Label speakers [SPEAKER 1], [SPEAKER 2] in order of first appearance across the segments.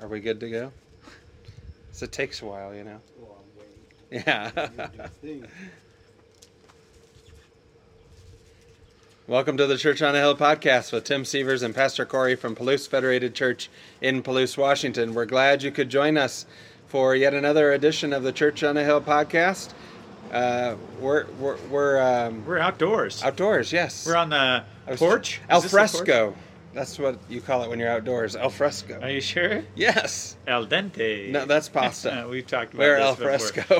[SPEAKER 1] Are we good to go? 'Cause it takes a while, you know.
[SPEAKER 2] Well, I'm waiting. You do
[SPEAKER 1] Yeah.
[SPEAKER 2] your thing.
[SPEAKER 1] Welcome to the Church on a Hill podcast with Tim Severs and Pastor Corey from Palouse Federated Church in Palouse, Washington. We're glad you could join us for yet another edition of the Church on a Hill podcast. Uh, we're we're, we're um,
[SPEAKER 3] We're outdoors.
[SPEAKER 1] outdoors, yes.
[SPEAKER 3] We're on the
[SPEAKER 1] I was-
[SPEAKER 3] porch.
[SPEAKER 1] Al
[SPEAKER 3] Is this the porch?
[SPEAKER 1] fresco. That's what you call it when you're outdoors. Al fresco.
[SPEAKER 3] Are you sure?
[SPEAKER 1] yes.
[SPEAKER 3] Al dente.
[SPEAKER 1] No, that's pasta.
[SPEAKER 3] Uh, we've talked about
[SPEAKER 1] We're
[SPEAKER 3] this
[SPEAKER 1] al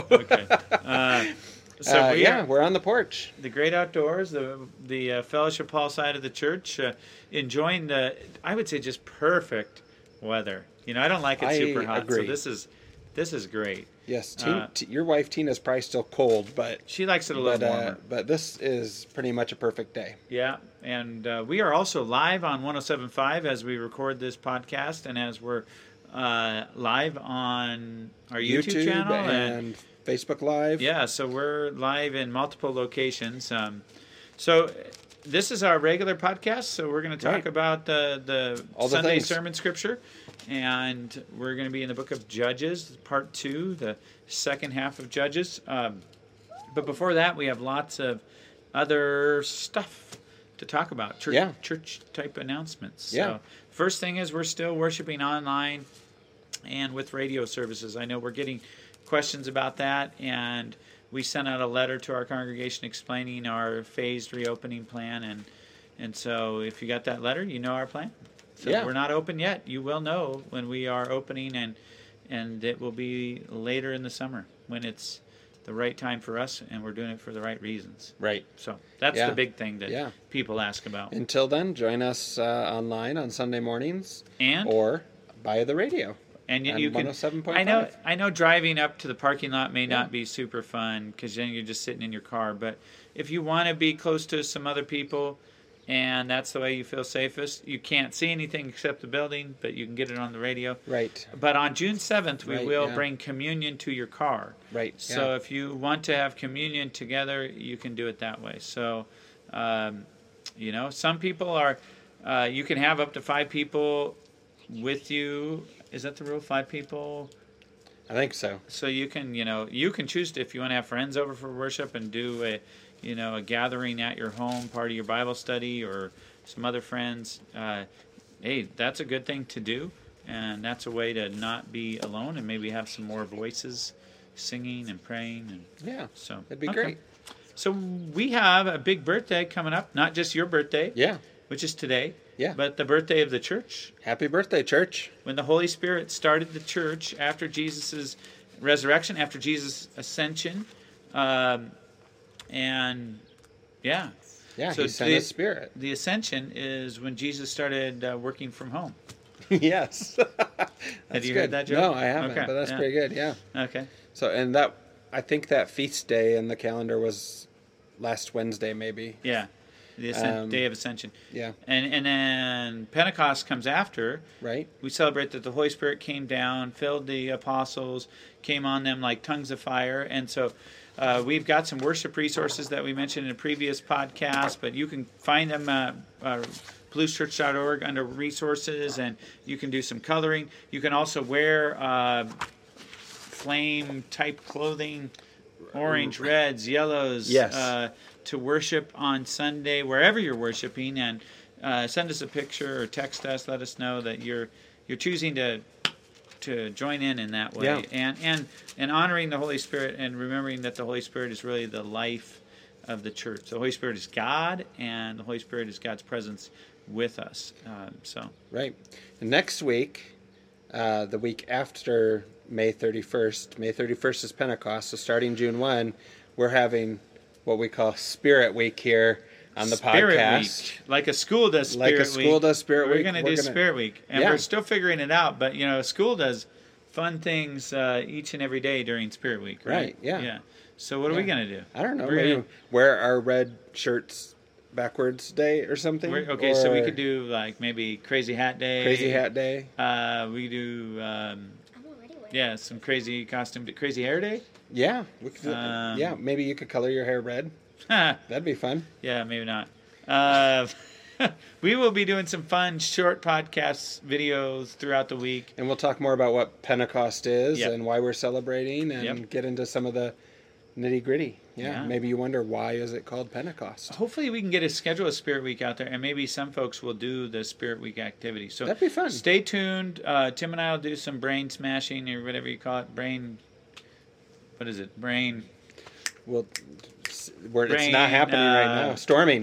[SPEAKER 3] before.
[SPEAKER 1] fresco.
[SPEAKER 3] okay. Uh, so
[SPEAKER 1] Uh,
[SPEAKER 3] we
[SPEAKER 1] yeah,
[SPEAKER 3] are
[SPEAKER 1] we're on the porch.
[SPEAKER 3] the great outdoors, the the uh, Fellowship Hall side of the church, uh, enjoying the I would say just perfect weather. You know, I don't like it
[SPEAKER 1] I
[SPEAKER 3] super hot,
[SPEAKER 1] agree.
[SPEAKER 3] so this is this is great.
[SPEAKER 1] Yes, Teen,
[SPEAKER 3] Uh,
[SPEAKER 1] t- your wife Tina's probably still cold, but
[SPEAKER 3] She likes it a little
[SPEAKER 1] but, uh,
[SPEAKER 3] warmer.
[SPEAKER 1] but this is pretty much a perfect day.
[SPEAKER 3] Yeah, and uh, we are also live on 107.5 as we record this podcast, and as we're uh, live on our YouTube, channel. And,
[SPEAKER 1] and, Facebook Live.
[SPEAKER 3] yeah, so we're live in multiple locations. Um, so uh, this is our regular podcast. So we're going to talk
[SPEAKER 1] Right.
[SPEAKER 3] about the the
[SPEAKER 1] All the
[SPEAKER 3] Sunday
[SPEAKER 1] things.
[SPEAKER 3] sermon scripture, and we're going to be in the book of Judges, part two, the second half of Judges. Um, but before that, we have lots of other stuff to talk about. Church,
[SPEAKER 1] Yeah.
[SPEAKER 3] church type announcements.
[SPEAKER 1] Yeah.
[SPEAKER 3] So first thing is we're still worshiping online and with radio services. I know we're getting questions about that, and we sent out a letter to our congregation explaining our phased reopening plan, and and so if you got that letter, you know our plan. So
[SPEAKER 1] Yeah.
[SPEAKER 3] we're not open yet. You will know when we are opening, and and it will be later in the summer when it's the right time for us, and we're doing it for the right reasons.
[SPEAKER 1] Right.
[SPEAKER 3] So that's
[SPEAKER 1] Yeah.
[SPEAKER 3] the big thing that
[SPEAKER 1] Yeah.
[SPEAKER 3] people ask about.
[SPEAKER 1] Until then, join us uh, online on Sunday mornings
[SPEAKER 3] And
[SPEAKER 1] or by the radio.
[SPEAKER 3] and you,
[SPEAKER 1] on
[SPEAKER 3] you can
[SPEAKER 1] 107.5.
[SPEAKER 3] I know I know driving up to the parking lot may
[SPEAKER 1] Yeah.
[SPEAKER 3] not be super fun because then you're just sitting in your car. But if you want to be close to some other people, and that's the way you feel safest, you can't see anything except the building, but you can get it on the radio.
[SPEAKER 1] Right.
[SPEAKER 3] But on June seventh, we
[SPEAKER 1] Right,
[SPEAKER 3] will
[SPEAKER 1] yeah.
[SPEAKER 3] bring communion to your car.
[SPEAKER 1] Right.
[SPEAKER 3] So if you want to have communion together, you can do it that way. So, um, you know, some people are, uh, you can have up to five people with you. Is that the rule? Five people.
[SPEAKER 1] yeah. I think so.
[SPEAKER 3] So you can, you know, you can choose to, if you want to have friends over for worship and do a, you know, a gathering at your home, part of your Bible study or some other friends. Uh, hey, that's a good thing to do. And that's a way to not be alone and maybe have some more voices singing and praying and
[SPEAKER 1] Yeah.
[SPEAKER 3] so
[SPEAKER 1] That'd be
[SPEAKER 3] okay.
[SPEAKER 1] great.
[SPEAKER 3] So we have a big birthday coming up, not just your birthday,
[SPEAKER 1] Yeah.
[SPEAKER 3] which is today,
[SPEAKER 1] Yeah.
[SPEAKER 3] but the birthday of the church.
[SPEAKER 1] Happy birthday, church.
[SPEAKER 3] When the Holy Spirit started the church after Jesus' resurrection, after Jesus' ascension, um, and yeah,
[SPEAKER 1] Yeah.
[SPEAKER 3] So
[SPEAKER 1] he sent
[SPEAKER 3] the-
[SPEAKER 1] his spirit.
[SPEAKER 3] the ascension is when Jesus started uh, working from home.
[SPEAKER 1] yes. That's
[SPEAKER 3] you
[SPEAKER 1] good.
[SPEAKER 3] heard that joke?
[SPEAKER 1] No, I haven't,
[SPEAKER 3] Okay,
[SPEAKER 1] but that's
[SPEAKER 3] yeah.
[SPEAKER 1] pretty good. Yeah.
[SPEAKER 3] Okay,
[SPEAKER 1] So, and that, I think that feast day in the calendar was last Wednesday, maybe.
[SPEAKER 3] yeah, the ascen-
[SPEAKER 1] Um,
[SPEAKER 3] day of ascension,
[SPEAKER 1] Yeah.
[SPEAKER 3] and and then Pentecost comes after,
[SPEAKER 1] Right?
[SPEAKER 3] we celebrate that the Holy Spirit came down, filled the apostles, came on them like tongues of fire. And so uh, we've got some worship resources that we mentioned in a previous podcast, but you can find them at uh, blueschurch.org under resources, and you can do some coloring. You can also wear uh, flame type clothing, orange, reds, yellows,
[SPEAKER 1] Yes.
[SPEAKER 3] uh, to worship on Sunday, wherever you're worshiping, and uh, send us a picture or text us. Let us know that you're you're choosing to to join in in that way,
[SPEAKER 1] Yeah.
[SPEAKER 3] and and and honoring the Holy Spirit and remembering that the Holy Spirit is really the life of the church. The Holy Spirit is God, and the Holy Spirit is God's presence with us. Um, so
[SPEAKER 1] Right. And next week, uh, the week after May 31st, May 31st is Pentecost. So starting June 1, we're having what we call Spirit Week here on the
[SPEAKER 3] Spirit
[SPEAKER 1] podcast.
[SPEAKER 3] Week, like a school does
[SPEAKER 1] Like
[SPEAKER 3] Spirit
[SPEAKER 1] a school
[SPEAKER 3] Week.
[SPEAKER 1] does Spirit
[SPEAKER 3] we're
[SPEAKER 1] Week,
[SPEAKER 3] Gonna
[SPEAKER 1] we're
[SPEAKER 3] do
[SPEAKER 1] gonna-
[SPEAKER 3] Spirit Week, and
[SPEAKER 1] Yeah.
[SPEAKER 3] we're still figuring it out. But you know, school does fun things uh, each and every day during Spirit Week, right?
[SPEAKER 1] Right, yeah.
[SPEAKER 3] Yeah. So what are we
[SPEAKER 1] Yeah.
[SPEAKER 3] gonna do?
[SPEAKER 1] I don't know.
[SPEAKER 3] We're
[SPEAKER 1] Maybe
[SPEAKER 3] gonna-
[SPEAKER 1] wear our red shirts backwards day or something.
[SPEAKER 3] we're- okay, so we
[SPEAKER 1] or
[SPEAKER 3] could do like maybe Crazy Hat Day.
[SPEAKER 1] Crazy Hat Day.
[SPEAKER 3] Uh, we do um,
[SPEAKER 4] I'm already wearing
[SPEAKER 3] yeah some crazy costume. Crazy Hair Day.
[SPEAKER 1] Yeah. We could, do-
[SPEAKER 3] Um,
[SPEAKER 1] yeah. Maybe you could color your hair red. That'd be fun.
[SPEAKER 3] yeah, maybe not. Uh, we will be doing some fun short podcasts, videos throughout the week.
[SPEAKER 1] And we'll talk more about what Pentecost is
[SPEAKER 3] Yep.
[SPEAKER 1] and why we're celebrating and
[SPEAKER 3] Yep.
[SPEAKER 1] get into some of the nitty gritty. Yeah,
[SPEAKER 3] Yeah.
[SPEAKER 1] Maybe you wonder why is it called Pentecost?
[SPEAKER 3] Hopefully, we can get a schedule of Spirit Week out there, and maybe some folks will do the Spirit Week activity. So
[SPEAKER 1] That'd be fun.
[SPEAKER 3] Stay tuned. Uh, Tim and I will do some brain smashing or whatever you call it. Brain. What is it? Brain
[SPEAKER 1] Well, s- we're, it's
[SPEAKER 3] Brain,
[SPEAKER 1] not happening right
[SPEAKER 3] uh,
[SPEAKER 1] now. Storming.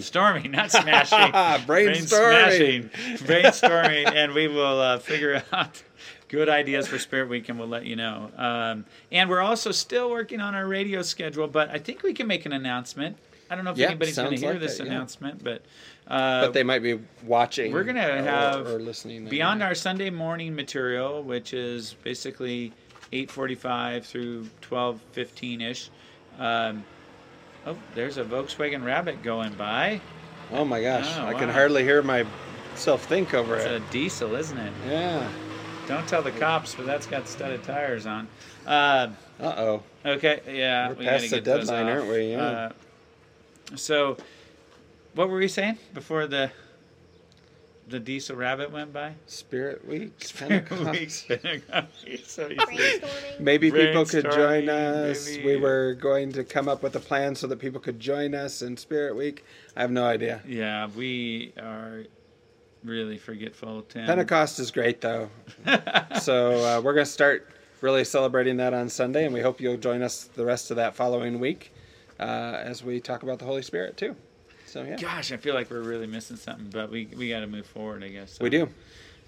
[SPEAKER 3] storming, not smashing.
[SPEAKER 1] Brainstorming.
[SPEAKER 3] smashing. brainstorming, and we will uh, figure out good ideas for Spirit Week, and we'll let you know. Um, and we're also still working on our radio schedule, but I think we can make an announcement. I don't know if
[SPEAKER 1] Yeah,
[SPEAKER 3] anybody's going to
[SPEAKER 1] sounds
[SPEAKER 3] hear
[SPEAKER 1] like
[SPEAKER 3] this
[SPEAKER 1] that, yeah.
[SPEAKER 3] announcement, but, uh,
[SPEAKER 1] but they might be watching.
[SPEAKER 3] We're gonna
[SPEAKER 1] or-
[SPEAKER 3] have
[SPEAKER 1] or listening
[SPEAKER 3] beyond
[SPEAKER 1] anyway.
[SPEAKER 3] our Sunday morning material, which is basically 8:45 through 12:15 ish. Um, oh, there's a Volkswagen Rabbit going by.
[SPEAKER 1] Oh my gosh!
[SPEAKER 3] Oh,
[SPEAKER 1] I can
[SPEAKER 3] wow.
[SPEAKER 1] hardly hear myself think over
[SPEAKER 3] It's
[SPEAKER 1] it.
[SPEAKER 3] a diesel, isn't it?
[SPEAKER 1] yeah.
[SPEAKER 3] Don't tell the cops, but that's got studded tires on. Uh,
[SPEAKER 1] Uh oh.
[SPEAKER 3] okay, yeah,
[SPEAKER 1] We're
[SPEAKER 3] we
[SPEAKER 1] past
[SPEAKER 3] gotta
[SPEAKER 1] the
[SPEAKER 3] get those
[SPEAKER 1] deadline,
[SPEAKER 3] off.
[SPEAKER 1] aren't we? Yeah.
[SPEAKER 3] Uh, so, what were we saying before the the diesel rabbit went by?
[SPEAKER 1] Spirit Week. Pentecost.
[SPEAKER 3] so you see.
[SPEAKER 4] Brainstorming.
[SPEAKER 1] Maybe people could join
[SPEAKER 3] Brainstorming,
[SPEAKER 1] us.
[SPEAKER 3] maybe.
[SPEAKER 1] We were going to come up with a plan so that people could join us in Spirit Week. I have no idea.
[SPEAKER 3] Yeah, we are really forgetful, Tim.
[SPEAKER 1] Pentecost is great though, so uh, we're gonna start really celebrating that on Sunday, and we hope you'll join us the rest of that following week uh, as we talk about the Holy Spirit too. So yeah,
[SPEAKER 3] Gosh, I feel like we're really missing something, but we we got to move forward, I guess. so.
[SPEAKER 1] we do.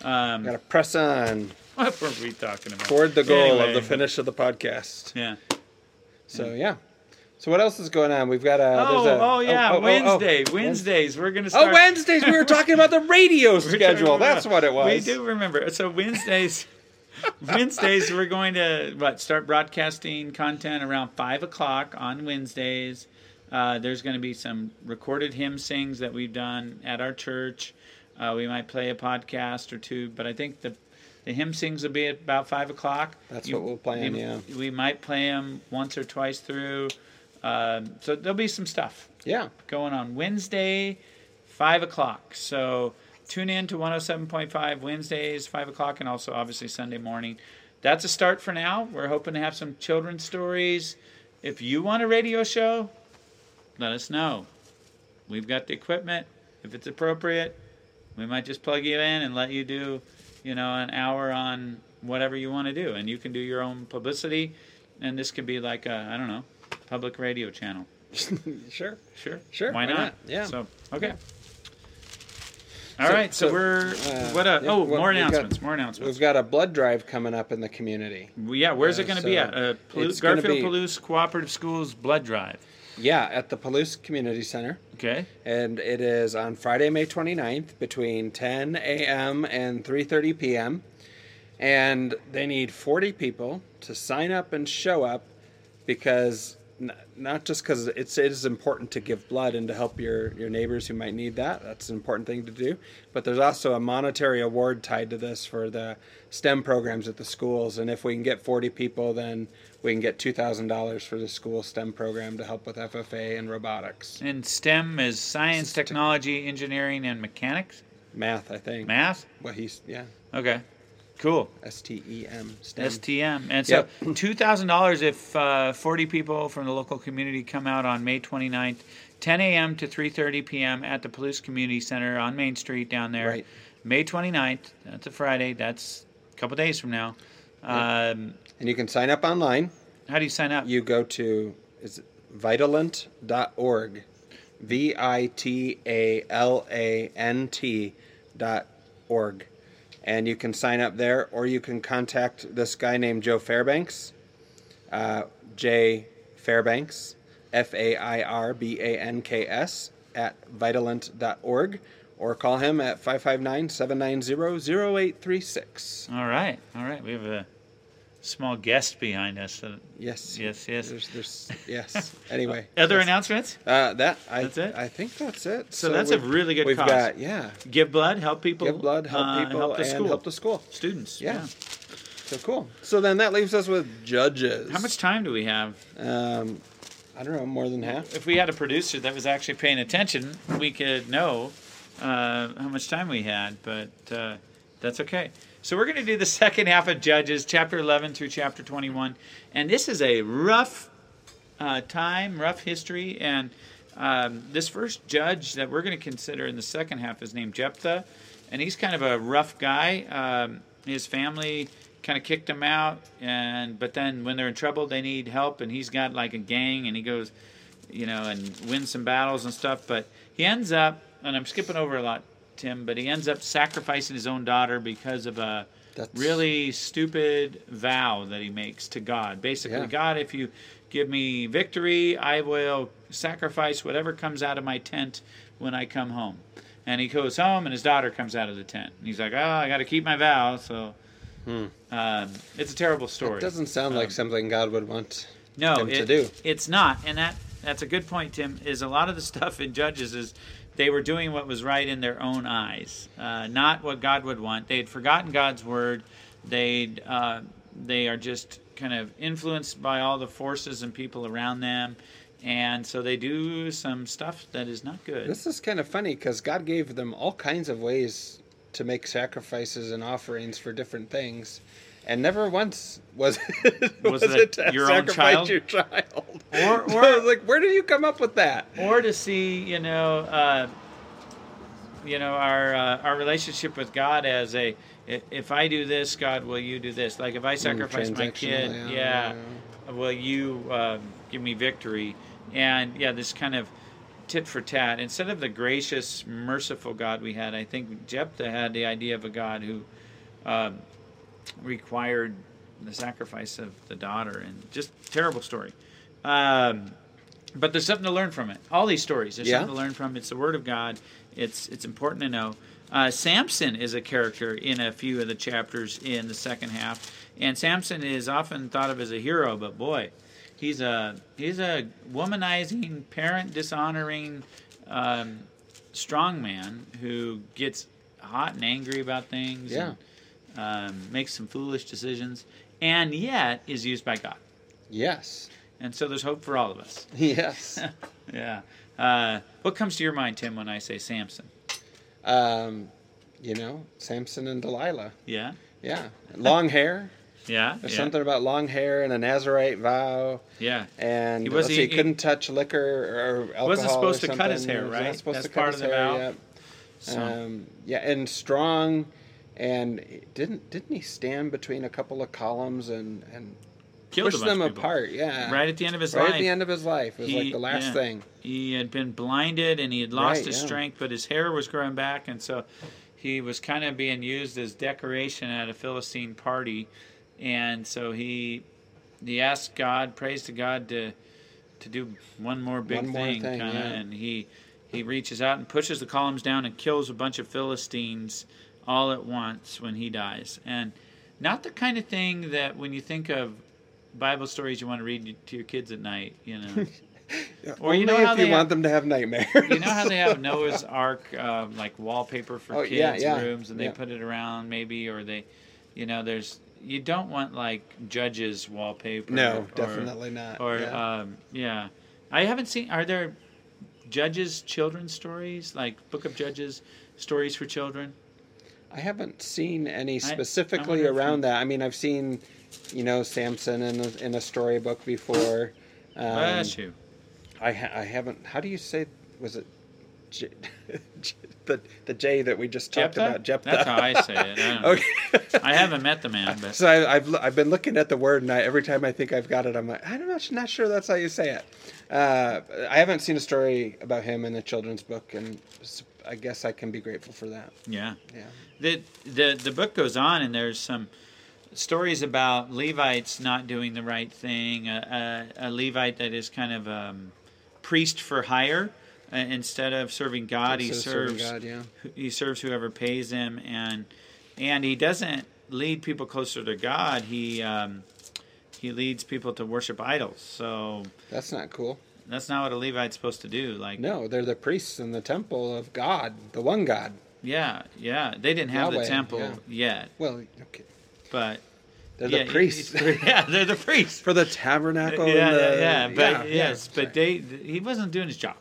[SPEAKER 3] Um,
[SPEAKER 1] Got to press on
[SPEAKER 3] what were we talking about?
[SPEAKER 1] toward the goal
[SPEAKER 3] Anyway.
[SPEAKER 1] of the finish of the podcast.
[SPEAKER 3] Yeah.
[SPEAKER 1] So yeah. So what else is going on? We've got a.
[SPEAKER 3] Oh,
[SPEAKER 1] there's a,
[SPEAKER 3] oh yeah,
[SPEAKER 1] oh, oh,
[SPEAKER 3] Wednesday.
[SPEAKER 1] oh.
[SPEAKER 3] Wednesdays. We're gonna start.
[SPEAKER 1] Oh, Wednesdays. We were talking about the radio
[SPEAKER 3] we're
[SPEAKER 1] schedule.
[SPEAKER 3] talking about-
[SPEAKER 1] That's what it was.
[SPEAKER 3] We do remember. So Wednesdays. Wednesdays we're going to what start broadcasting content around five o'clock on Wednesdays. Uh, there's going to be some recorded hymn sings that we've done at our church. Uh, we might play a podcast or two, but I think the the hymn sings will be at about five o'clock.
[SPEAKER 1] That's what we'll plan,
[SPEAKER 3] we-
[SPEAKER 1] yeah.
[SPEAKER 3] we might play them once or twice through. Um, so there'll be some stuff
[SPEAKER 1] Yeah.
[SPEAKER 3] going on Wednesday, 5 o'clock. So tune in to 107.5 Wednesdays, 5 o'clock, and also obviously Sunday morning. That's a start for now. We're hoping to have some children's stories. If you want a radio show, let us know. We've got the equipment. If it's appropriate, we might just plug you in and let you do, you know, an hour on whatever you want to do. And you can do your own publicity. And this could be like a, I don't know, public radio channel.
[SPEAKER 1] sure.
[SPEAKER 3] Sure.
[SPEAKER 1] Sure,
[SPEAKER 3] Why,
[SPEAKER 1] why
[SPEAKER 3] not?
[SPEAKER 1] not? Yeah.
[SPEAKER 3] So okay. All right.
[SPEAKER 1] So-
[SPEAKER 3] So,
[SPEAKER 1] so,
[SPEAKER 3] we're
[SPEAKER 1] uh,
[SPEAKER 3] what? Uh,
[SPEAKER 1] yeah,
[SPEAKER 3] oh,
[SPEAKER 1] well,
[SPEAKER 3] more
[SPEAKER 1] we've got-
[SPEAKER 3] announcements. more announcements.
[SPEAKER 1] We've got a blood drive coming up in the community.
[SPEAKER 3] yeah. Where's it
[SPEAKER 1] uh,
[SPEAKER 3] going to be
[SPEAKER 1] so
[SPEAKER 3] at? Uh, Palouse,
[SPEAKER 1] it's gonna
[SPEAKER 3] Garfield
[SPEAKER 1] be-
[SPEAKER 3] Palouse Cooperative Schools Blood Drive.
[SPEAKER 1] Yeah, at the Palouse Community Center.
[SPEAKER 3] Okay.
[SPEAKER 1] and it is on Friday, May 29th between 10 a.m. and 3:30 p.m. And they need 40 people to sign up and show up because n- not just because it's it is important to give blood and to help your your neighbors who might need that. That's an important thing to do. But there's also a monetary award tied to this for the STEM programs at the schools. And if we can get 40 people, then we can get $2,000 for the school STEM program to help with FFA and robotics.
[SPEAKER 3] And STEM is science, technology, engineering, and mechanics.
[SPEAKER 1] Math, I think.
[SPEAKER 3] Math.
[SPEAKER 1] Well, he's yeah,
[SPEAKER 3] Okay. Cool.
[SPEAKER 1] S T E M.
[SPEAKER 3] STM. And so two thousand dollars if uh, forty people from the local community come out on May 29th, ten a.m. to three thirty p.m. at the Palouse Community Center on Main Street down there.
[SPEAKER 1] Right.
[SPEAKER 3] May 29th. That's a Friday. That's a couple days from now. Um,
[SPEAKER 1] And you can sign up online.
[SPEAKER 3] how do you sign up?
[SPEAKER 1] You go to is it vitalent.org, V I T A L A N T dot org, and you can sign up there, or you can contact this guy named Joe Fairbanks, uh, J Fairbanks, F A I R B A N K S at vitalent.org, or call him at 559 790 0836.
[SPEAKER 3] all right. All right. We have a small guest behind us. Uh, So
[SPEAKER 1] Yes.
[SPEAKER 3] yes. Yes.
[SPEAKER 1] There's, there's, yes. Anyway.
[SPEAKER 3] Other
[SPEAKER 1] yes.
[SPEAKER 3] announcements?
[SPEAKER 1] Uh, that I,
[SPEAKER 3] That's it?
[SPEAKER 1] I think that's it.
[SPEAKER 3] So that's a
[SPEAKER 1] we've-
[SPEAKER 3] really good
[SPEAKER 1] We've
[SPEAKER 3] cause.
[SPEAKER 1] got yeah.
[SPEAKER 3] Give blood. Help people.
[SPEAKER 1] Give blood, help
[SPEAKER 3] uh,
[SPEAKER 1] people,
[SPEAKER 3] help the
[SPEAKER 1] and
[SPEAKER 3] school.
[SPEAKER 1] help the school.
[SPEAKER 3] students.
[SPEAKER 1] Yeah. So cool. So then that leaves us with judges.
[SPEAKER 3] yeah. How much time do we have?
[SPEAKER 1] Um, I don't know. More than half.
[SPEAKER 3] if we had a producer that was actually paying attention, we could know uh, how much time we had, but uh, that's okay. So we're going to do the second half of Judges, chapter 11 through chapter 21, and this is a rough uh, time, rough history, and um, this first judge that we're going to consider in the second half is named Jephthah, and he's kind of a rough guy. Um, his family kind of kicked him out, and but then when they're in trouble, they need help, and he's got like a gang, and he goes, you know, and wins some battles and stuff. But he ends up, and I'm skipping over a lot, Tim, but he ends up sacrificing his own daughter because of a
[SPEAKER 1] That's-
[SPEAKER 3] really stupid vow that he makes to God. Basically,
[SPEAKER 1] Yeah.
[SPEAKER 3] God, if you give me victory, I will sacrifice whatever comes out of my tent when I come home. And he goes home, and his daughter comes out of the tent. And he's like, "Oh, I got to keep my vow." So, um, it's a terrible story. Um,
[SPEAKER 1] It Hmm. doesn't sound like something God would want
[SPEAKER 3] no,
[SPEAKER 1] them to
[SPEAKER 3] it-
[SPEAKER 1] do.
[SPEAKER 3] It's not, and that that's a good point, Tim. Is a lot of the stuff in Judges is they were doing what was right in their own eyes, uh, not what God would want. They had forgotten God's word. They uh, they are just kind of influenced by all the forces and people around them, and so they do some stuff that is not good.
[SPEAKER 1] This is kind of funny because God gave them all kinds of ways to make sacrifices and offerings for different things, and never once was it,
[SPEAKER 3] Was
[SPEAKER 1] was
[SPEAKER 3] it
[SPEAKER 1] it to
[SPEAKER 3] your own
[SPEAKER 1] sacrifice
[SPEAKER 3] child?
[SPEAKER 1] your child.
[SPEAKER 3] Or-
[SPEAKER 1] So
[SPEAKER 3] or-
[SPEAKER 1] I was like, where did you come up with that?
[SPEAKER 3] or to see you know uh, you know our uh, our relationship with God as a i- if I do this, God, will you do this? Like if I sacrifice my
[SPEAKER 1] Mm, transactional,
[SPEAKER 3] kid,
[SPEAKER 1] yeah,
[SPEAKER 3] yeah, will you um, give me victory? And yeah, this kind of tit for tat instead of the gracious, merciful God we had, I think Jephthah had the idea of a God who um, required the sacrifice of the daughter, and just terrible story. Um, but there's something to learn from it. All these stories, there's
[SPEAKER 1] Yeah.
[SPEAKER 3] something to learn from. It's the Word of God. It's it's important to know. Uh, Samson is a character in a few of the chapters in the second half, and Samson is often thought of as a hero, but boy, he's a he's a womanizing, parent dishonoring, um, strong man who gets hot and angry about things.
[SPEAKER 1] Yeah.
[SPEAKER 3] And, um, makes some foolish decisions, and yet is used by God.
[SPEAKER 1] Yes.
[SPEAKER 3] And so there's hope for all of us.
[SPEAKER 1] Yes.
[SPEAKER 3] Yeah. Uh, what comes to your mind, Tim, when I say Samson?
[SPEAKER 1] um, you know, Samson and Delilah.
[SPEAKER 3] Yeah.
[SPEAKER 1] Yeah. Long hair.
[SPEAKER 3] Yeah.
[SPEAKER 1] There's
[SPEAKER 3] yeah.
[SPEAKER 1] something about long hair and a Nazarite vow.
[SPEAKER 3] Yeah.
[SPEAKER 1] And
[SPEAKER 3] He
[SPEAKER 1] he,
[SPEAKER 3] was-
[SPEAKER 1] let's see,
[SPEAKER 3] he-
[SPEAKER 1] he couldn't touch liquor or alcohol.
[SPEAKER 3] wasn't
[SPEAKER 1] or
[SPEAKER 3] supposed to cut his
[SPEAKER 1] something.
[SPEAKER 3] hair,
[SPEAKER 1] He was not
[SPEAKER 3] right?
[SPEAKER 1] supposed
[SPEAKER 3] That's
[SPEAKER 1] to cut
[SPEAKER 3] part
[SPEAKER 1] his
[SPEAKER 3] of the
[SPEAKER 1] hair,
[SPEAKER 3] vow.
[SPEAKER 1] yeah.
[SPEAKER 3] So,
[SPEAKER 1] Um, yeah, and strong, and didn't didn't he stand between a couple of columns and and
[SPEAKER 3] killed a
[SPEAKER 1] push
[SPEAKER 3] bunch
[SPEAKER 1] them
[SPEAKER 3] of people.
[SPEAKER 1] apart? Yeah,
[SPEAKER 3] Right at the end of his
[SPEAKER 1] Right
[SPEAKER 3] life.
[SPEAKER 1] at the end of his life it was
[SPEAKER 3] He-
[SPEAKER 1] like the last
[SPEAKER 3] yeah.
[SPEAKER 1] thing.
[SPEAKER 3] He had been blinded and he had lost
[SPEAKER 1] Right,
[SPEAKER 3] his
[SPEAKER 1] yeah.
[SPEAKER 3] strength, but his hair was growing back, and so he was kind of being used as decoration at a Philistine party. And so he he asked God, prays to God to to do one more big
[SPEAKER 1] One more
[SPEAKER 3] thing,
[SPEAKER 1] thing,
[SPEAKER 3] kinda,
[SPEAKER 1] yeah.
[SPEAKER 3] and he he reaches out and pushes the columns down and kills a bunch of Philistines all at once when he dies. And not the kind of thing that when you think of Bible stories you want to read to your kids at night, you know. Or
[SPEAKER 1] Only
[SPEAKER 3] you know how
[SPEAKER 1] if you
[SPEAKER 3] they
[SPEAKER 1] want them to have nightmares.
[SPEAKER 3] You know how they have Noah's Ark um, like wallpaper for
[SPEAKER 1] Oh,
[SPEAKER 3] kids'
[SPEAKER 1] yeah, yeah,
[SPEAKER 3] rooms, and they
[SPEAKER 1] yeah.
[SPEAKER 3] put it around maybe, or they, you know, there's you don't want like judges wallpaper.
[SPEAKER 1] no,
[SPEAKER 3] or-
[SPEAKER 1] definitely not.
[SPEAKER 3] Or
[SPEAKER 1] yeah.
[SPEAKER 3] yeah. Um, yeah, I haven't seen. Are there judges children's stories like Book of Judges stories for children?
[SPEAKER 1] I haven't seen any
[SPEAKER 3] I
[SPEAKER 1] specifically
[SPEAKER 3] wonder if
[SPEAKER 1] around
[SPEAKER 3] you-
[SPEAKER 1] that. I mean, I've seen, you know, Samson in a, in a storybook before. Um,
[SPEAKER 3] Bless you.
[SPEAKER 1] I ha- I haven't. How do you say? Was it J- J- the the J that we just talked
[SPEAKER 3] Jephthah?
[SPEAKER 1] about? Jephthah.
[SPEAKER 3] That's how I say it. I, don't know.
[SPEAKER 1] okay.
[SPEAKER 3] I haven't met the man, but
[SPEAKER 1] so I, I've lo- I've been looking at the word, and I, every time I think I've got it, I'm like, I'm not, not sure that's how you say it. Uh, I haven't seen a story about him in a children's book, and s- I guess I can be grateful for that.
[SPEAKER 3] yeah.
[SPEAKER 1] Yeah.
[SPEAKER 3] the the the book goes on and there's some stories about Levites not doing the right thing. A, a, a Levite that is kind of um, priest for hire uh, instead of serving God, he
[SPEAKER 1] So serving
[SPEAKER 3] serves
[SPEAKER 1] God, yeah.
[SPEAKER 3] he serves whoever pays him and and he doesn't lead people closer to God. He um, he leads people to worship idols. So
[SPEAKER 1] That's not cool.
[SPEAKER 3] that's not what a Levite's supposed to do. Like
[SPEAKER 1] No, they're the priests in the temple of God, the one God.
[SPEAKER 3] yeah, yeah, they didn't have the
[SPEAKER 1] Yahweh,
[SPEAKER 3] temple yet,
[SPEAKER 1] Well, okay.
[SPEAKER 3] but
[SPEAKER 1] They're
[SPEAKER 3] yeah,
[SPEAKER 1] the priests.
[SPEAKER 3] yeah, they're the priests.
[SPEAKER 1] for the tabernacle
[SPEAKER 3] yeah,
[SPEAKER 1] and the
[SPEAKER 3] yeah, yeah, but
[SPEAKER 1] yeah,
[SPEAKER 3] yes,
[SPEAKER 1] yeah.
[SPEAKER 3] but they he wasn't doing his job.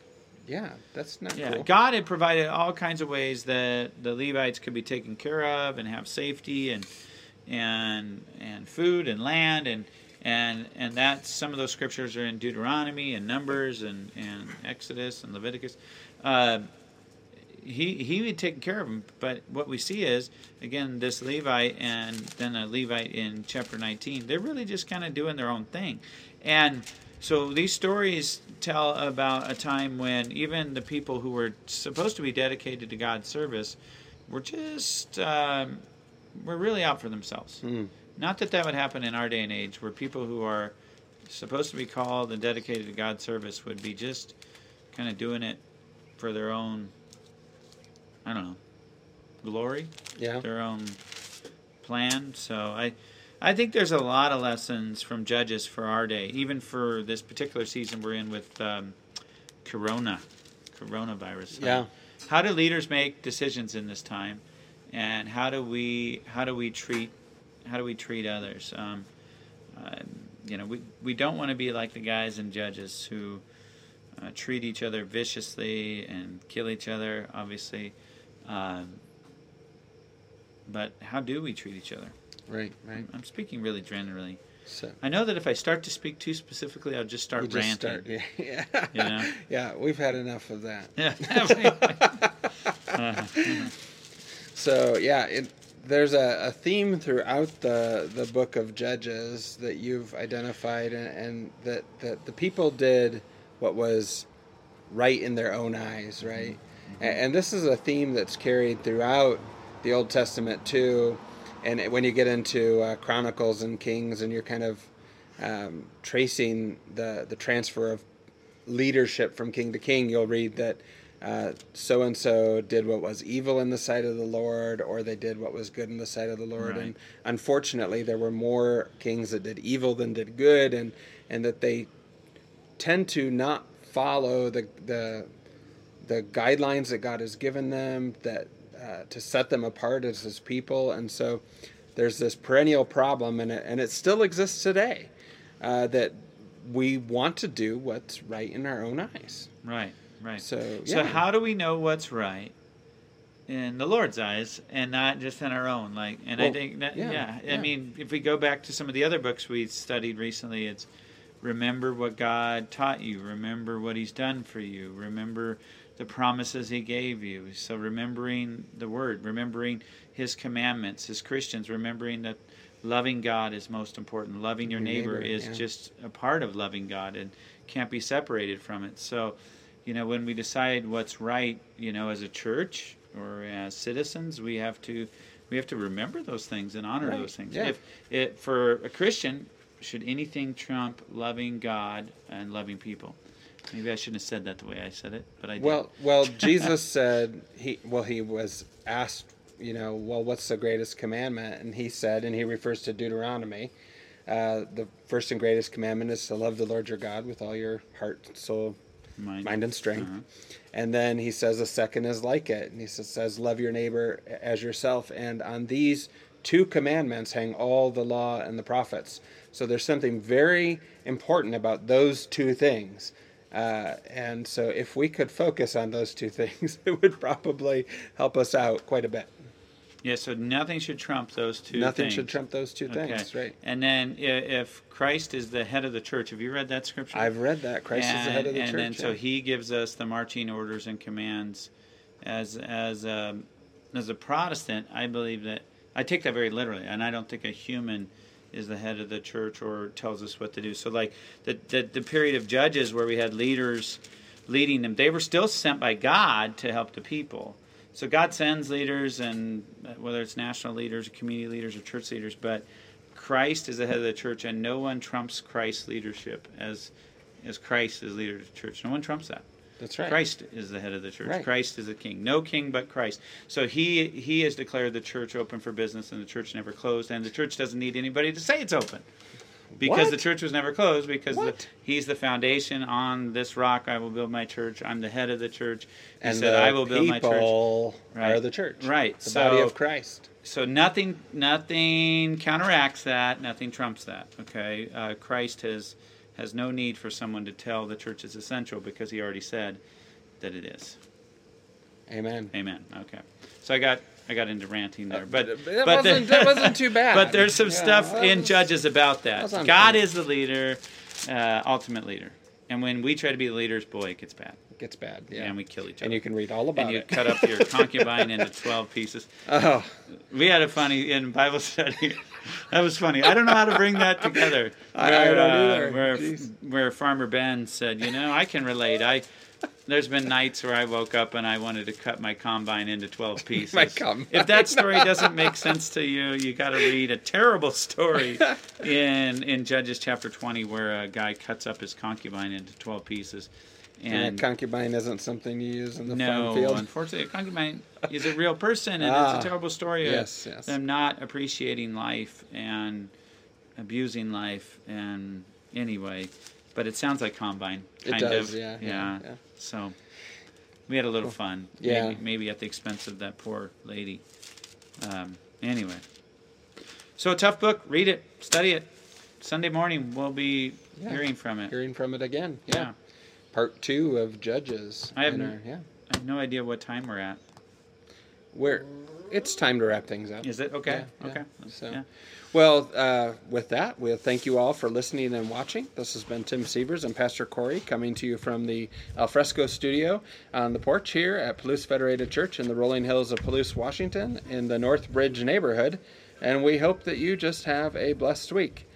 [SPEAKER 1] Yeah, that's not
[SPEAKER 3] Yeah,
[SPEAKER 1] cool.
[SPEAKER 3] God had provided all kinds of ways that the Levites could be taken care of and have safety and and and food and land and and and that some of those scriptures are in Deuteronomy and Numbers and and Exodus and Leviticus. Uh, he he had taken care of them, but what we see is again this Levite and then a Levite in chapter 19. They're really just kind of doing their own thing, and so these stories tell about a time when even the people who were supposed to be dedicated to God's service were just um, were really out for themselves.
[SPEAKER 1] Hmm.
[SPEAKER 3] Not that that would happen in our day and age, where people who are supposed to be called and dedicated to God's service would be just kind of doing it for their own, I don't know, glory,
[SPEAKER 1] Yeah.
[SPEAKER 3] their own plan. So I, I think there's a lot of lessons from judges for our day, even for this particular season we're in with um, Corona, coronavirus.
[SPEAKER 1] Yeah.
[SPEAKER 3] How do leaders make decisions in this time, and how do we how do we treat how do we treat others? Um, uh, you know, we we don't want to be like the guys and judges who uh, treat each other viciously and kill each other, obviously. Um, but how do we treat each other?
[SPEAKER 1] Right, right.
[SPEAKER 3] I'm speaking really generally.
[SPEAKER 1] So
[SPEAKER 3] I know that if I start to speak too specifically, I'll just start
[SPEAKER 1] you
[SPEAKER 3] ranting.
[SPEAKER 1] just start. Yeah. Yeah.
[SPEAKER 3] Yeah.
[SPEAKER 1] yeah, we've had enough of that.
[SPEAKER 3] Yeah. uh,
[SPEAKER 1] So yeah, it, there's a, a theme throughout the the book of Judges that you've identified, and, and that that the people did what was right in their own eyes, right? A- And, this is a theme that's carried throughout the Old Testament too. And it- when you get into uh, Chronicles and Kings, and you're kind of um, tracing the the transfer of leadership from king to king, you'll read that so and so did what was evil in the sight of the Lord, or they did what was good in the sight of the Lord.
[SPEAKER 3] Right.
[SPEAKER 1] And unfortunately, there were more kings that did evil than did good, and and that they tend to not follow the the the guidelines that God has given them that uh, to set them apart as His people, and so there's this perennial problem, and it, and it still exists today uh, that we want to do what's right in our own eyes.
[SPEAKER 3] right, right.
[SPEAKER 1] So
[SPEAKER 3] So
[SPEAKER 1] yeah.
[SPEAKER 3] how do we know what's right in the Lord's eyes and not just in our own? Like, and I
[SPEAKER 1] Well,
[SPEAKER 3] think that yeah,
[SPEAKER 1] yeah,
[SPEAKER 3] I
[SPEAKER 1] yeah.
[SPEAKER 3] mean, if we go back to some of the other books we studied recently, it's remember what God taught you, remember what He's done for you, remember the promises He gave you. So remembering the Word, remembering His commandments, as Christians, remembering that loving God is most important. Loving your
[SPEAKER 1] Your
[SPEAKER 3] neighbor,
[SPEAKER 1] neighbor,
[SPEAKER 3] is
[SPEAKER 1] yeah.
[SPEAKER 3] just a part of loving God and can't be separated from it. So you know, when we decide what's right, you know, as a church or as citizens, we have to we have to remember those things and honor
[SPEAKER 1] Right,
[SPEAKER 3] those things.
[SPEAKER 1] yeah.
[SPEAKER 3] If it for a Christian, should anything trump loving God and loving people? Maybe I shouldn't have said that the way I said it, but I did.
[SPEAKER 1] Well, well, Jesus said he well he was asked, you know, well, what's the greatest commandment? And he said, and he refers to Deuteronomy. Uh, the first and greatest commandment is to love the Lord your God with all your heart, soul,
[SPEAKER 3] Mind.
[SPEAKER 1] mind, and strength.
[SPEAKER 3] Uh-huh.
[SPEAKER 1] And then he says the second is like it, and he says, says love your neighbor as yourself. And on these two commandments hang all the law and the prophets. So there's something very important about those two things. Uh, and so if we could focus on those two things, it would probably help us out quite a bit.
[SPEAKER 3] yeah, so nothing should trump those two.
[SPEAKER 1] Nothing should
[SPEAKER 3] things.
[SPEAKER 1] trump those two
[SPEAKER 3] Okay.
[SPEAKER 1] things, right?
[SPEAKER 3] And then i- if Christ is the head of the church, have you read that scripture?
[SPEAKER 1] I've read that. Christ
[SPEAKER 3] and,
[SPEAKER 1] is the head of the
[SPEAKER 3] and
[SPEAKER 1] church.
[SPEAKER 3] then so
[SPEAKER 1] yeah.
[SPEAKER 3] he gives us the marching orders and commands. As as a, as a Protestant, I believe that I take that very literally, and I don't think a human is the head of the church or tells us what to do. So like the the, the period of judges where we had leaders leading them, they were still sent by God to help the people. So God sends leaders, and uh, whether it's national leaders, or community leaders, or church leaders, but Christ is the head of the church, and no one trumps Christ's leadership as as Christ is leader of the church. No one trumps that.
[SPEAKER 1] That's right.
[SPEAKER 3] Christ is the head of the church.
[SPEAKER 1] Right.
[SPEAKER 3] Christ is the king. No king but Christ. So he he has declared the church open for business, and the church never closed, and the church doesn't need anybody to say it's open. Because
[SPEAKER 1] What?
[SPEAKER 3] the church was never closed, because the,
[SPEAKER 1] What?
[SPEAKER 3] he's the foundation. On this rock, I will build my church. I'm the head of the church. He
[SPEAKER 1] and
[SPEAKER 3] said,
[SPEAKER 1] the
[SPEAKER 3] "I will build my church."
[SPEAKER 1] people are
[SPEAKER 3] Right.
[SPEAKER 1] the church,
[SPEAKER 3] Right,
[SPEAKER 1] The body
[SPEAKER 3] so-
[SPEAKER 1] of Christ.
[SPEAKER 3] So nothing, nothing counteracts that. Nothing trumps that. Okay, uh, Christ has has no need for someone to tell the church is essential because he already said that it is.
[SPEAKER 1] Amen.
[SPEAKER 3] Amen. Okay. So I got I got into ranting there, but
[SPEAKER 1] Uh, that
[SPEAKER 3] but the-
[SPEAKER 1] wasn't, that wasn't too bad.
[SPEAKER 3] but there's some
[SPEAKER 1] Yeah,
[SPEAKER 3] stuff
[SPEAKER 1] that
[SPEAKER 3] in
[SPEAKER 1] was-
[SPEAKER 3] Judges about that.
[SPEAKER 1] that's on
[SPEAKER 3] God
[SPEAKER 1] point.
[SPEAKER 3] is the leader, uh, ultimate leader, and when we try to be the leaders, boy, it gets bad,
[SPEAKER 1] It gets bad. Yeah.
[SPEAKER 3] and we kill each other.
[SPEAKER 1] And you can read all about
[SPEAKER 3] and you
[SPEAKER 1] it.
[SPEAKER 3] cut up your concubine into 12 pieces.
[SPEAKER 1] oh,
[SPEAKER 3] We had a funny in Bible study. that was funny. I don't know how to bring that together.
[SPEAKER 1] I- I don't either.
[SPEAKER 3] where,
[SPEAKER 1] Jeez.
[SPEAKER 3] where Farmer Ben said, you know, I can relate. I there's been nights where I woke up and I wanted to cut my combine into 12 pieces.
[SPEAKER 1] My combine.
[SPEAKER 3] If that story doesn't make sense to you, you got to read a terrible story in in Judges chapter 20 where a guy cuts up his concubine into 12 pieces.
[SPEAKER 1] and
[SPEAKER 3] And
[SPEAKER 1] that concubine isn't something you use in the farm
[SPEAKER 3] no,
[SPEAKER 1] field.
[SPEAKER 3] unfortunately, a concubine is a real person, and
[SPEAKER 1] Ah,
[SPEAKER 3] it's a terrible story of
[SPEAKER 1] yes, yes.
[SPEAKER 3] them not appreciating life and abusing life. And anyway, but it sounds like Combine.
[SPEAKER 1] It
[SPEAKER 3] Kind
[SPEAKER 1] does,
[SPEAKER 3] of.
[SPEAKER 1] yeah,
[SPEAKER 3] yeah,
[SPEAKER 1] yeah, yeah.
[SPEAKER 3] So we had a little fun.
[SPEAKER 1] Yeah.
[SPEAKER 3] Maybe, maybe at the expense of that poor lady. Um, anyway, so a tough book. Read it, study it. Sunday morning, we'll be
[SPEAKER 1] Yeah.
[SPEAKER 3] hearing from it.
[SPEAKER 1] Hearing from it again. Yeah.
[SPEAKER 3] yeah.
[SPEAKER 1] Part two of Judges.
[SPEAKER 3] I have
[SPEAKER 1] in
[SPEAKER 3] n-
[SPEAKER 1] our- yeah.
[SPEAKER 3] I have no idea what time we're at.
[SPEAKER 1] We're, it's time to wrap things up.
[SPEAKER 3] Is it okay?
[SPEAKER 1] Yeah, yeah.
[SPEAKER 3] Okay.
[SPEAKER 1] So,
[SPEAKER 3] Yeah.
[SPEAKER 1] well, uh, with that, we'll thank you all for listening and watching. This has been Tim Sievers and Pastor Corey coming to you from the Alfresco Studio on the porch here at Palouse Federated Church in the rolling hills of Palouse, Washington, in the North Bridge neighborhood. And we hope that you just have a blessed week.